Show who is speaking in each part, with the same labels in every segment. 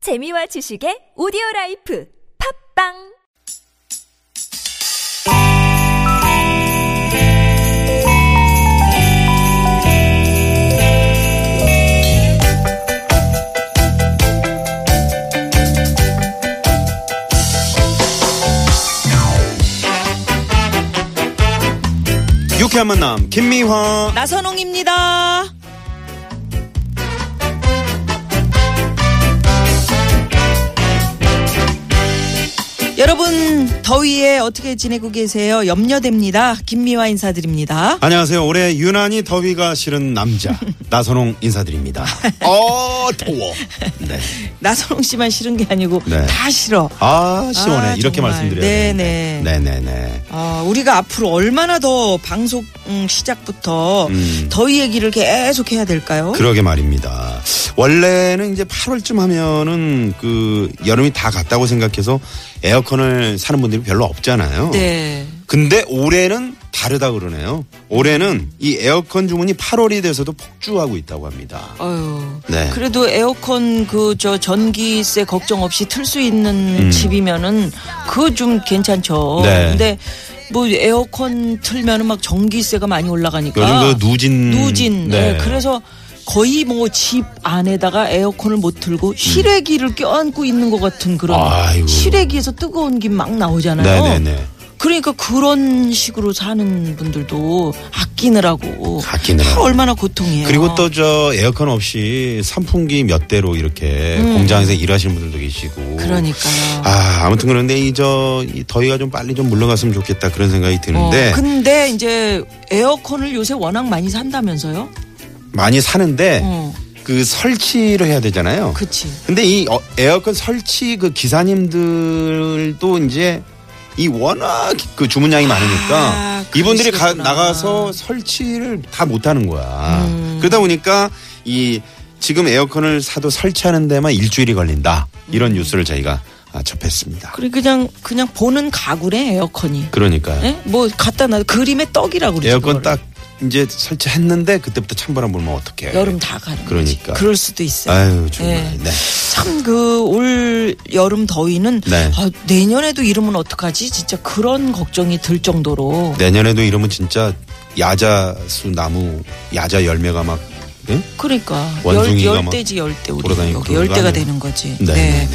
Speaker 1: 재미와 지식의 오디오 라이프 팝빵
Speaker 2: 유쾌한 만남 김미화
Speaker 3: 나선홍입니다. 여러분 더위에 어떻게 지내고 계세요? 염려됩니다. 김미화 인사드립니다.
Speaker 2: 안녕하세요 올해 유난히 더위가 싫은 남자 나선홍 인사드립니다 어 더워 네.
Speaker 3: 나선홍 씨만 싫은 게 아니고
Speaker 2: 네.
Speaker 3: 다 싫어.
Speaker 2: 아 시원해
Speaker 3: 아,
Speaker 2: 이렇게
Speaker 3: 정말.
Speaker 2: 말씀드려야 되는데.
Speaker 3: 네네.
Speaker 2: 네네네
Speaker 3: 아, 우리가 앞으로 얼마나 더 방송 음, 시작부터
Speaker 2: 음.
Speaker 3: 더위 얘기를 계속 해야 될까요?
Speaker 2: 그러게 말입니다 원래는 이제 8월쯤 하면은 그 여름이 다 갔다고 생각해서 에어컨을 사는 분들이 별로 없잖아요
Speaker 3: 네.
Speaker 2: 근데 올해는 다르다 그러네요 올해는 이 에어컨 주문이 8월이 돼서도 폭주하고 있다고 합니다
Speaker 3: 어휴.
Speaker 2: 네.
Speaker 3: 그래도 에어컨 그 저 전기세 걱정 없이 틀 수 있는 집이면은 그거 좀 괜찮죠.
Speaker 2: 음. 네.
Speaker 3: 근데 뭐 에어컨 틀면은 막 전기세가 많이 올라가니까
Speaker 2: 요즘 그 누진
Speaker 3: 아, 누진. 네, 그래서 거의 뭐 집 안에다가 에어컨을 못 틀고 실외기를 껴안고 있는 것 같은 그런
Speaker 2: 음. 아이고.
Speaker 3: 실외기에서 뜨거운 기 막 나오잖아요.
Speaker 2: 네네네
Speaker 3: 그러니까 그런 식으로 사는 분들도 아끼느라고
Speaker 2: 아끼느라고.
Speaker 3: 다 얼마나 고통이에요.
Speaker 2: 그리고 또 저 에어컨 없이 선풍기 몇 대로 이렇게 공장에서 일하시는 분들도 계시고.
Speaker 3: 음. 그러니까요.
Speaker 2: 아, 아무튼 그런데 이 저 더위가 좀 빨리 좀 물러갔으면 좋겠다 그런 생각이 드는데
Speaker 3: 어, 근데 이제 에어컨을 요새 워낙 많이 산다면서요?
Speaker 2: 많이 사는데
Speaker 3: 어,
Speaker 2: 그 설치를 해야 되잖아요.
Speaker 3: 그치.
Speaker 2: 근데 이 어- 에어컨 설치 그 기사님들도 이제 이 워낙 그 주문량이 많으니까
Speaker 3: 아,
Speaker 2: 이분들이 가-
Speaker 3: 그러시겠구나.
Speaker 2: 나가서 설치를 다 못하는 거야.
Speaker 3: 음.
Speaker 2: 그러다 보니까 이 지금 에어컨을 사도 설치하는 데만 일주일이 걸린다 이런 뉴스를 저희가 아, 접했습니다.
Speaker 3: 음. 그리고 그냥 그냥 보는 가구래 에어컨이.
Speaker 2: 그러니까요.
Speaker 3: 예? 뭐 갖다 놔 그림의 떡이라고 그러죠.
Speaker 2: 에어컨
Speaker 3: 그거를.
Speaker 2: 딱 이제 설치했는데 그때부터 찬바람 불면 어떡해.
Speaker 3: 여름 다 가는
Speaker 2: 그러니까.
Speaker 3: 거지. 그럴 수도 있어요.
Speaker 2: 아유 정말.
Speaker 3: 예.
Speaker 2: 네.
Speaker 3: 참 그 올 여름 더위는
Speaker 2: 네.
Speaker 3: 아, 내년에도 이러면 어떡하지? 진짜 그런 걱정이 들 정도로
Speaker 2: 내년에도 이러면 진짜 야자수 나무 야자 열매가 막 응?
Speaker 3: 그러니까 열,
Speaker 2: 원숭이가 막
Speaker 3: 열대지 열대 우리
Speaker 2: 돌아다니고
Speaker 3: 여기
Speaker 2: 그런 거
Speaker 3: 열대가
Speaker 2: 아니에요?
Speaker 3: 되는 거지.
Speaker 2: 네.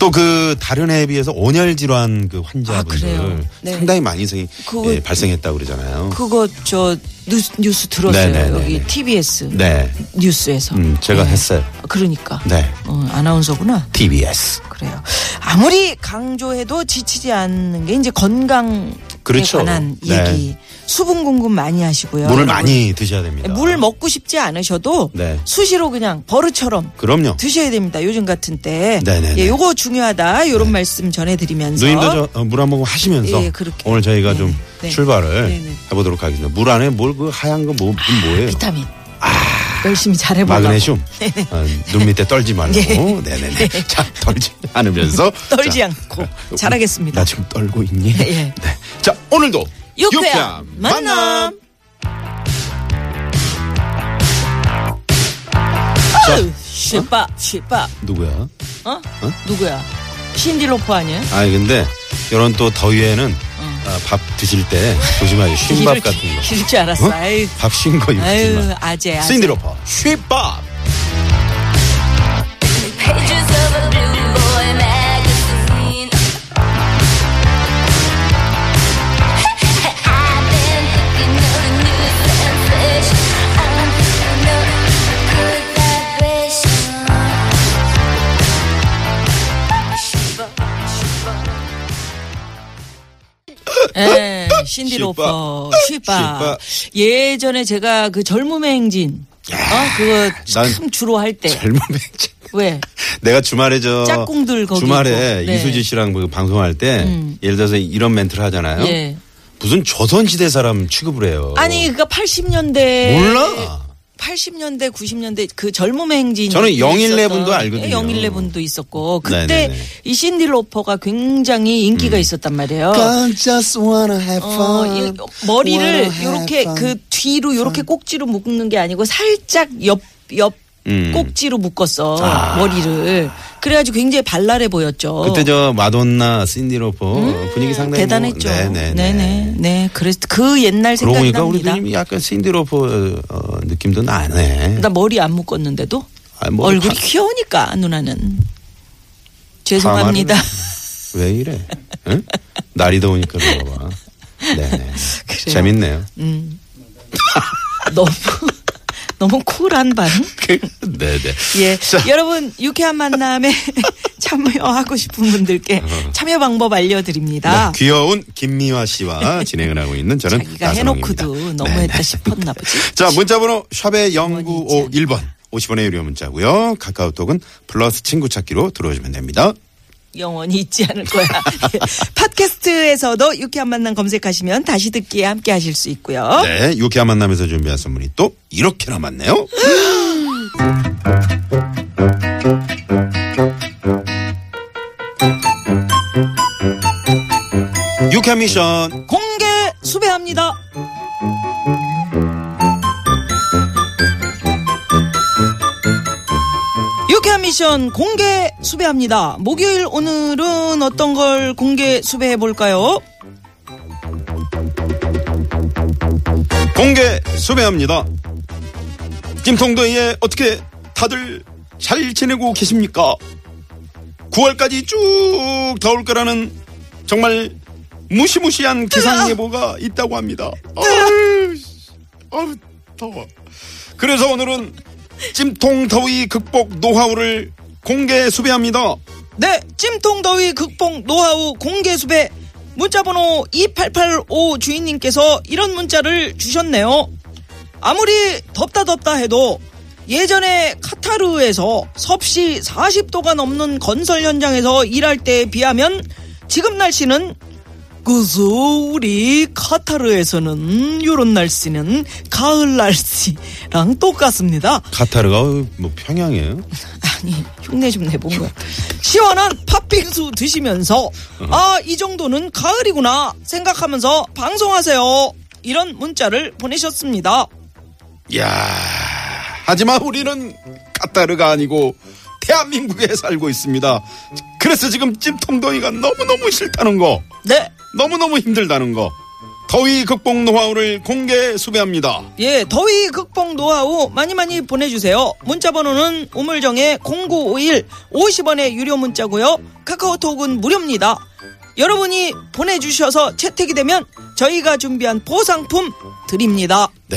Speaker 2: 또 그 다른 해에 비해서 온열 질환 그
Speaker 3: 아,
Speaker 2: 환자분들
Speaker 3: 그래요? 네.
Speaker 2: 상당히 많이 생,
Speaker 3: 그거-
Speaker 2: 예, 발생했다고 그러잖아요.
Speaker 3: 그거 저 뉴스, 뉴스 들었어요.
Speaker 2: 네네네네.
Speaker 3: 여기 TBS
Speaker 2: 네.
Speaker 3: 뉴스에서. 예.
Speaker 2: 음, 제가 했어요.
Speaker 3: 그러니까.
Speaker 2: 네.
Speaker 3: 어, 아나운서구나.
Speaker 2: TBS.
Speaker 3: 그래요. 아무리 강조해도 지치지 않는 게 이제 건강에
Speaker 2: 그렇죠.
Speaker 3: 관한
Speaker 2: 네.
Speaker 3: 얘기. 수분 공급 많이 하시고요.
Speaker 2: 물을
Speaker 3: 여러분.
Speaker 2: 많이 드셔야 됩니다.
Speaker 3: 아, 물 먹고 싶지 않으셔도
Speaker 2: 네.
Speaker 3: 수시로 그냥 버릇처럼
Speaker 2: 그럼요.
Speaker 3: 드셔야 됩니다. 요즘 같은 때.
Speaker 2: 네네네. 네.
Speaker 3: 예, 요거 중요하다. 요런 말씀 전해드리면서.
Speaker 2: 누님도 어, 물 한 모금 하시면서
Speaker 3: 예, 그렇게.
Speaker 2: 오늘 저희가 좀
Speaker 3: 네.
Speaker 2: 출발을
Speaker 3: 네네. 아,
Speaker 2: 해보도록 하겠습니다. 물 안에 뭘 그 하얀 거 뭐, 그건 뭐예요?
Speaker 3: 비타민. 뭐 열심히 잘해보라고.
Speaker 2: 아, 마그네슘. 어, 눈 밑에 떨지 말고. 네네네. 자, 떨지 않으면서.
Speaker 3: 떨지
Speaker 2: 자, 그
Speaker 3: 않고 잘하겠습니다.
Speaker 2: 나 지금 떨고 있니?
Speaker 3: 예, 예.
Speaker 2: 네. 자, 오늘도
Speaker 3: 유쾌한 만남. 아유, 쉐빠, 쉐빠.
Speaker 2: 누구야?
Speaker 3: 어? 누구야? 신디로퍼 아니야?
Speaker 2: 아니, 근데 이런 또 더위에는
Speaker 3: 어.
Speaker 2: 아, 밥 드실 때 조심하세요. 쉰밥 같은 거.
Speaker 3: 길줄 알았어.
Speaker 2: 어?
Speaker 3: 아유,
Speaker 2: 밥 쉰 거
Speaker 3: 아유,
Speaker 2: 육지 마.
Speaker 3: 아재, 아재.
Speaker 2: 신디로퍼. 쉰밥.
Speaker 4: Pages of a blue boy magazine. I've been thinking of a new sensation. I'm thinking of a good vibration.
Speaker 3: 예,
Speaker 2: 어?
Speaker 3: 신디로퍼, 쉐빠.
Speaker 2: 쉐빠.
Speaker 3: 예전에 제가 그 젊음의 행진. 어? 그거
Speaker 2: 난
Speaker 3: 참 주로 할 때.
Speaker 2: 젊은 백지.
Speaker 3: 왜?
Speaker 2: 내가 주말에 저
Speaker 3: 짝꿍들 거기
Speaker 2: 주말에
Speaker 3: 있고. 네. 음.
Speaker 2: 이수지 씨랑 그 방송할 때 예를 들어서 이런 멘트를 하잖아요.
Speaker 3: 예.
Speaker 2: 무슨 조선시대 사람 취급을 해요.
Speaker 3: 아니, 그니까 80년대.
Speaker 2: 몰라.
Speaker 3: 80년대, 90년대 그 젊음의 행진.
Speaker 2: 저는 영일레 분도 알거든요.
Speaker 3: 영일레 분도 있었고 그때
Speaker 2: 네네네. 음.
Speaker 3: 이 신디로퍼가 굉장히 인기가 있었단 말이에요.
Speaker 2: 그러니까 just wanna have
Speaker 3: 어, 이 머리를 요렇게 그 뒤로 요렇게 꼭지로 묶는 게 아니고 살짝 옆, 옆
Speaker 2: 음.
Speaker 3: 꼭지로 묶었어.
Speaker 2: 아.
Speaker 3: 머리를. 그래가지고 굉장히 발랄해 보였죠.
Speaker 2: 그때 저 마돈나, 신디로퍼 분위기 상당히
Speaker 3: 어. 음. 대단했죠.
Speaker 2: 뭐,
Speaker 3: 네네.
Speaker 2: 네네.
Speaker 3: 네 그래서 그 옛날
Speaker 2: 그러고
Speaker 3: 생각이
Speaker 2: 보니까 우리
Speaker 3: 납니다.
Speaker 2: 누님이 약간 신디로퍼 어, 느낌도 나네.
Speaker 3: 나 머리 안 묶었는데도
Speaker 2: 아, 머리
Speaker 3: 얼굴이
Speaker 2: 파-
Speaker 3: 귀여우니까 누나는 죄송합니다.
Speaker 2: 왜 이래? 응? 날이 더우니까 물어봐. 네네.
Speaker 3: 그래요. 음.
Speaker 2: 재밌네요.
Speaker 3: 너무 너무 쿨한 반응.
Speaker 2: 네네.
Speaker 3: 예.
Speaker 2: 자,
Speaker 3: 여러분, 유쾌한 만남에 참여하고 싶은 분들께 참여 방법 알려드립니다.
Speaker 2: 음. 네, 귀여운 김미화 씨와 진행을 하고 있는 저는
Speaker 3: 아. 자기가
Speaker 2: 나선홍입니다.
Speaker 3: 해놓고도
Speaker 2: 네네.
Speaker 3: 너무했다 싶었나 보지.
Speaker 2: 자, 문자번호 샵의 0951번. 50원의 유료 문자고요. 카카오톡은 플러스 친구 찾기로 들어오시면 됩니다.
Speaker 3: 영원히 잊지 않을 거야. 예. 팟캐스트에서도 유쾌한 만남 검색하시면 다시 듣기에 함께 하실 수 있고요.
Speaker 2: 네, 유쾌한 만남에서 준비한 선물이 또 이렇게나 많네요. 유쾌한 미션.
Speaker 3: 공개 수배합니다. 유쾌한 미션 공개 수배합니다. 목요일 오늘은 어떤 걸 공개 수배해 볼까요?
Speaker 2: 공개 수배합니다. 찜통도에 어떻게 다들 잘 지내고 계십니까? 9월까지 쭉 더울 거라는 정말 무시무시한 기상 예보가 있다고 합니다. 아, 아유, 아유, 더워. 그래서 오늘은 찜통 더위 극복 노하우를 공개 수배합니다.
Speaker 3: 네, 찜통 더위 극복 노하우 공개 수배 문자번호 2885 주인님께서 이런 문자를 주셨네요. 아무리 덥다 덥다 해도 예전에 카타르에서 섭씨 40도가 넘는 건설 현장에서 일할 때에 비하면 지금 날씨는 그저 우리 카타르에서는 요런 날씨는 가을 날씨랑 똑같습니다.
Speaker 2: 카타르가 뭐 평양이에요?
Speaker 3: 아니 흉내 좀 내본 거야. 시원한 팥빙수 드시면서 아 이 정도는 가을이구나 생각하면서 방송하세요. 이런 문자를 보내셨습니다.
Speaker 2: 야 하지만 우리는 카타르가 아니고 대한민국에 살고 있습니다. 그래서 지금 찜통더위가 너무너무 싫다는 거,
Speaker 3: 네,
Speaker 2: 너무너무 힘들다는 거, 더위 극복 노하우를 공개 수배합니다.
Speaker 3: 예, 더위 극복 노하우 많이 많이 보내주세요. 문자 번호는 우물정의 0951 50원의 유료 문자고요. 카카오톡은 무료입니다. 여러분이 보내주셔서 채택이 되면 저희가 준비한 보상품 드립니다.
Speaker 2: 네.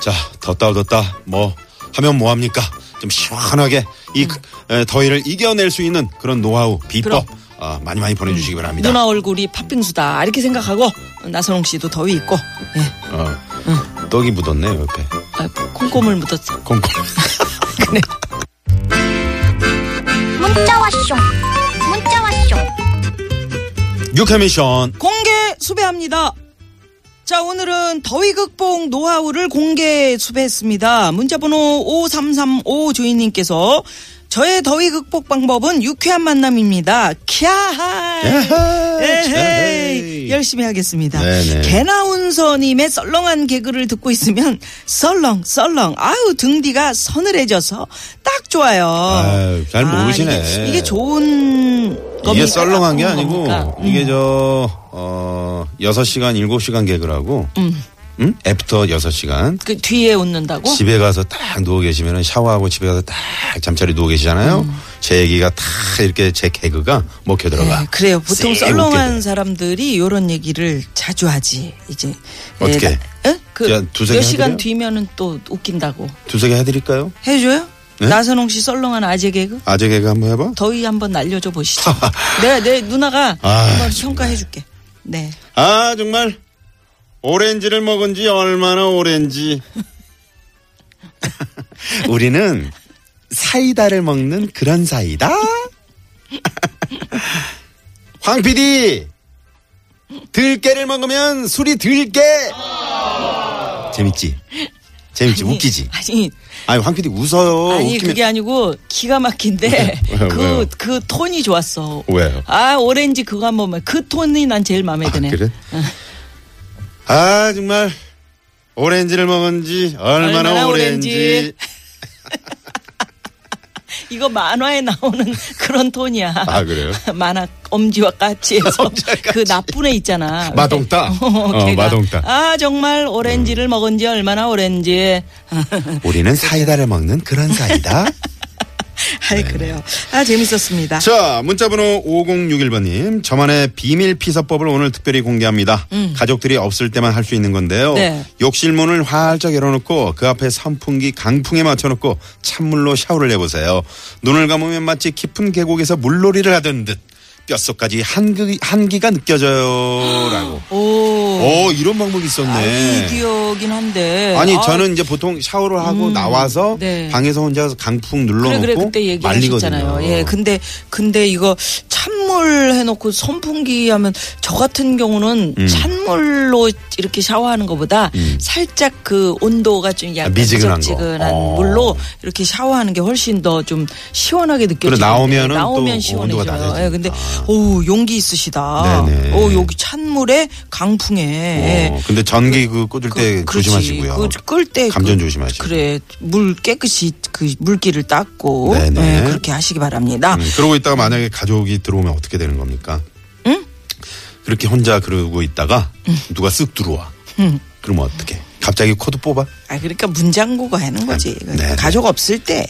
Speaker 2: 자, 덥다, 덥다. 뭐, 하면 뭐합니까? 좀 시원하게 이 그, 에, 더위를 이겨낼 수 있는 그런 노하우, 비법, 아, 많이 많이 보내주시기 바랍니다.
Speaker 3: 누나 얼굴이 팥빙수다 이렇게 생각하고 나선홍 씨도 더위 있고 예.
Speaker 2: 어, 떡이 묻었네, 옆에.
Speaker 3: 아, 콩고물 묻었어
Speaker 2: 콩콩.
Speaker 3: 그래
Speaker 4: 문자 왔쇼 문자 왔쇼
Speaker 2: 유캐미션.
Speaker 3: 공개 수배합니다 자 오늘은 더위 극복 노하우를 공개 수배했습니다 문자번호 5335 주인님께서 저의 더위 극복 방법은 유쾌한 만남입니다 캬하 에헤이. 열심히 하겠습니다.
Speaker 2: 네네.
Speaker 3: 개나운서님의 썰렁한 개그를 듣고 있으면 썰렁 썰렁 아유 등디가 서늘해져서 딱 좋아요.
Speaker 2: 아유, 잘 모르시네.
Speaker 3: 이게, 이게 좋은
Speaker 2: 이게
Speaker 3: 겁니까?
Speaker 2: 썰렁한 게
Speaker 3: 나쁜
Speaker 2: 아니고
Speaker 3: 겁니까? 음.
Speaker 2: 이게 저 어, 6시간 7시간 개그라고
Speaker 3: 음.
Speaker 2: 응? 애프터 6시간
Speaker 3: 그 뒤에 웃는다고?
Speaker 2: 집에 가서 딱 누워 계시면 샤워하고 집에 가서 딱 잠자리 누워 계시잖아요.
Speaker 3: 음.
Speaker 2: 제 얘기가 다 이렇게 제 개그가 먹혀 들어가.
Speaker 3: 네, 그래요. 보통
Speaker 2: 쎄 웃게
Speaker 3: 썰렁한
Speaker 2: 돼.
Speaker 3: 사람들이 요런 얘기를 자주 하지. 이제
Speaker 2: 어떻게?
Speaker 3: 예, 나- 예?
Speaker 2: 야,
Speaker 3: 그
Speaker 2: 두세 개
Speaker 3: 몇 시간
Speaker 2: 해드려요?
Speaker 3: 뒤면은 또 웃긴다고
Speaker 2: 두세 개 해드릴까요?
Speaker 3: 해줘요?
Speaker 2: 네?
Speaker 3: 나선홍 씨 썰렁한 아재 개그?
Speaker 2: 아재 개그 한번 해봐.
Speaker 3: 더위 한번 알려줘 보시죠. 내가 내 누나가
Speaker 2: 아,
Speaker 3: 한번 평가해 줄게. 네.
Speaker 2: 아 정말 오렌지를 먹은 지 얼마나 오렌지. 우리는 사이다를 먹는 그런 사이다. 황 PD 들깨를 먹으면 술이 들깨. 재밌지? 재밌지? 웃기지?
Speaker 3: 아니
Speaker 2: 아니 황 PD 웃어요.
Speaker 3: 아니
Speaker 2: 웃기면
Speaker 3: 그게 아니고 기가 막힌데
Speaker 2: 왜요? 왜요?
Speaker 3: 그 그 톤이 좋았어.
Speaker 2: 왜요?
Speaker 3: 아 오렌지 그거 한 번만 그 톤이 난 제일 마음에 드네.
Speaker 2: 아, 그래? 아 정말 오렌지를 먹은 지 얼마나,
Speaker 3: 얼마나
Speaker 2: 오렌지.
Speaker 3: 오렌지. 이거 만화에 나오는 그런 톤이야.
Speaker 2: 아, 그래요?
Speaker 3: 만화 엄지와 까치에서
Speaker 2: 엄지와 까치.
Speaker 3: 그 나쁜 애 있잖아. 네.
Speaker 2: 마동따. 어, 음.
Speaker 3: 걔가
Speaker 2: 마동따.
Speaker 3: 아 정말 오렌지를 먹은 지 얼마나 오렌지.
Speaker 2: 우리는 사이다를 먹는 그런 사이다. 네.
Speaker 3: 아이 그래요. 아 재밌었습니다.
Speaker 2: 자, 문자번호 5061번님. 저만의 비밀 피서법을 오늘 특별히 공개합니다. 가족들이 없을 때만 할 수 있는 건데요.
Speaker 3: 네.
Speaker 2: 욕실 문을 활짝 열어놓고 그 앞에 선풍기 강풍에 맞춰놓고 찬물로 샤워를 해보세요. 눈을 감으면 마치 깊은 계곡에서 물놀이를 하던 듯 뼛속까지 한기, 한기가 느껴져요. 라고.
Speaker 3: 오.
Speaker 2: 오, 이런 방법이 어, 있었네.
Speaker 3: 아, 아이디어긴 한데.
Speaker 2: 아니
Speaker 3: 아,
Speaker 2: 저는 이제 보통 샤워를 하고 나와서
Speaker 3: 네.
Speaker 2: 방에서 혼자 서 강풍
Speaker 3: 그래
Speaker 2: 눌러놓고
Speaker 3: 그래 그때 얘기하셨잖아요.
Speaker 2: 말리거든요.
Speaker 3: 예, 근데 근데 이거 찬물 해놓고 선풍기 하면 저 같은 경우는
Speaker 2: 음.
Speaker 3: 찬물로 이렇게 샤워하는 것보다 살짝 그 온도가 좀 약간
Speaker 2: 아, 미지근한 거.
Speaker 3: 지근한
Speaker 2: 어.
Speaker 3: 물로 이렇게 샤워하는 게 훨씬 더 좀 시원하게 느껴지는데 예,
Speaker 2: 나오면은 또
Speaker 3: 나오면
Speaker 2: 온도가
Speaker 3: 시원해져요.
Speaker 2: 낮아지니까.
Speaker 3: 예, 근데 오 용기 있으시다.
Speaker 2: 네네.
Speaker 3: 오 여기 찬물에 강풍에. 예.
Speaker 2: 어, 근데 전기 그 꽂을 때
Speaker 3: 그렇지.
Speaker 2: 조심하시고요.
Speaker 3: 그 끌때
Speaker 2: 감전 조심하시고.
Speaker 3: 그래 물 깨끗이 그 물기를 닦고
Speaker 2: 네네.
Speaker 3: 예, 그렇게 하시기 바랍니다.
Speaker 2: 음, 그러고 있다가 만약에 가족이 들어오면 어떻게 되는 겁니까? 그렇게 혼자 그러고 있다가 누가 쓱 들어와. 그러면 어떻게? 갑자기 코드 뽑아?
Speaker 3: 아 그러니까 문장고가 하는 거지.
Speaker 2: 아, 네네.
Speaker 3: 가족 없을 때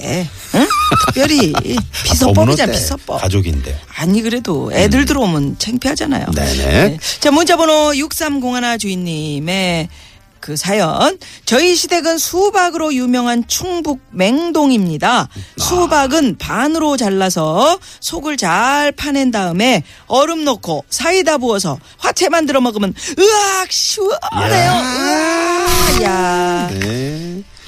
Speaker 3: 응? 특별히
Speaker 2: 법은
Speaker 3: 비서법이잖아
Speaker 2: 어때?
Speaker 3: 비서법.
Speaker 2: 가족인데.
Speaker 3: 아니 그래도 애들 들어오면 창피하잖아요.
Speaker 2: 음. 네네.
Speaker 3: 자 문자번호 6301 주인님의 그 사연 저희 시댁은 수박으로 유명한 충북
Speaker 2: 아.
Speaker 3: 맹동입니다. 수박은 반으로 잘라서 속을 잘 파낸 다음에 얼음 넣고 사이다 부어서 화채 만들어 먹으면 으악 시원해요. 으악. 야.
Speaker 2: 네.
Speaker 3: 아.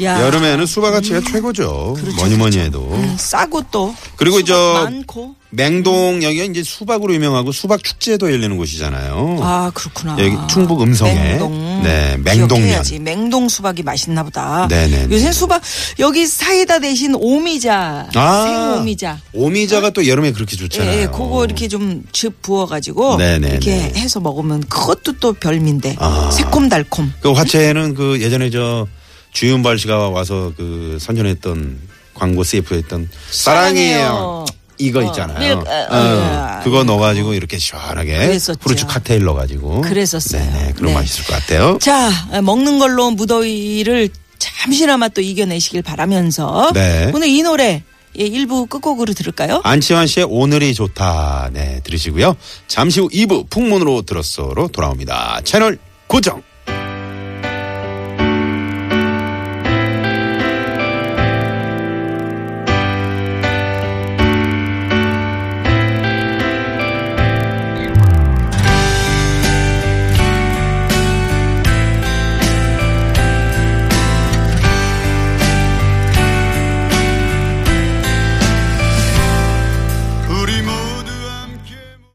Speaker 3: 야. 그렇죠,
Speaker 2: 여름에는 수박아치가 최고죠. 뭐니 뭐니 해도.
Speaker 3: 싸고 또
Speaker 2: 그리고
Speaker 3: 수박
Speaker 2: 저-
Speaker 3: 많고
Speaker 2: 맹동 여기가 이제 수박으로 유명하고 수박 축제도 열리는 곳이잖아요.
Speaker 3: 아 그렇구나.
Speaker 2: 음. 여기 충북 음성에.
Speaker 3: 맹동.
Speaker 2: 네, 맹동면.
Speaker 3: 기억해야지. 맹동 수박이 맛있나 보다.
Speaker 2: 네네네.
Speaker 3: 요새 수박 여기 사이다 대신 오미자,
Speaker 2: 아.
Speaker 3: 생오미자.
Speaker 2: 오미자가 또 여름에 그렇게 좋잖아요.
Speaker 3: 예, 예, 그거 이렇게 좀 즙 부어가지고
Speaker 2: 네네네.
Speaker 3: 이렇게 해서 먹으면 그것도 또 별미인데
Speaker 2: 아.
Speaker 3: 새콤달콤.
Speaker 2: 그 화채는 그 예전에 저 주윤발 씨가 와서 그 선전했던 광고 CF에 했던 사랑해요.
Speaker 3: 사랑해요.
Speaker 2: 이거
Speaker 3: 어,
Speaker 2: 있잖아요.
Speaker 3: 밀- 어,
Speaker 2: 어,
Speaker 3: 어.
Speaker 2: 그거 넣어가지고 이렇게 시원하게
Speaker 3: 그랬었죠.
Speaker 2: 후르츠 칵테일 넣어가지고.
Speaker 3: 그랬었어요.
Speaker 2: 네네. 그럼
Speaker 3: 네.
Speaker 2: 맛있을 것 같아요.
Speaker 3: 자 먹는 걸로 무더위를 잠시나마 또 이겨내시길 바라면서
Speaker 2: 네.
Speaker 3: 오늘 이 노래 예, 일부 끝곡으로 들을까요?
Speaker 2: 안치환 씨의 오늘이 좋다. 네 들으시고요. 잠시 후 2부 풍문으로 들었어로 돌아옵니다. 채널 고정.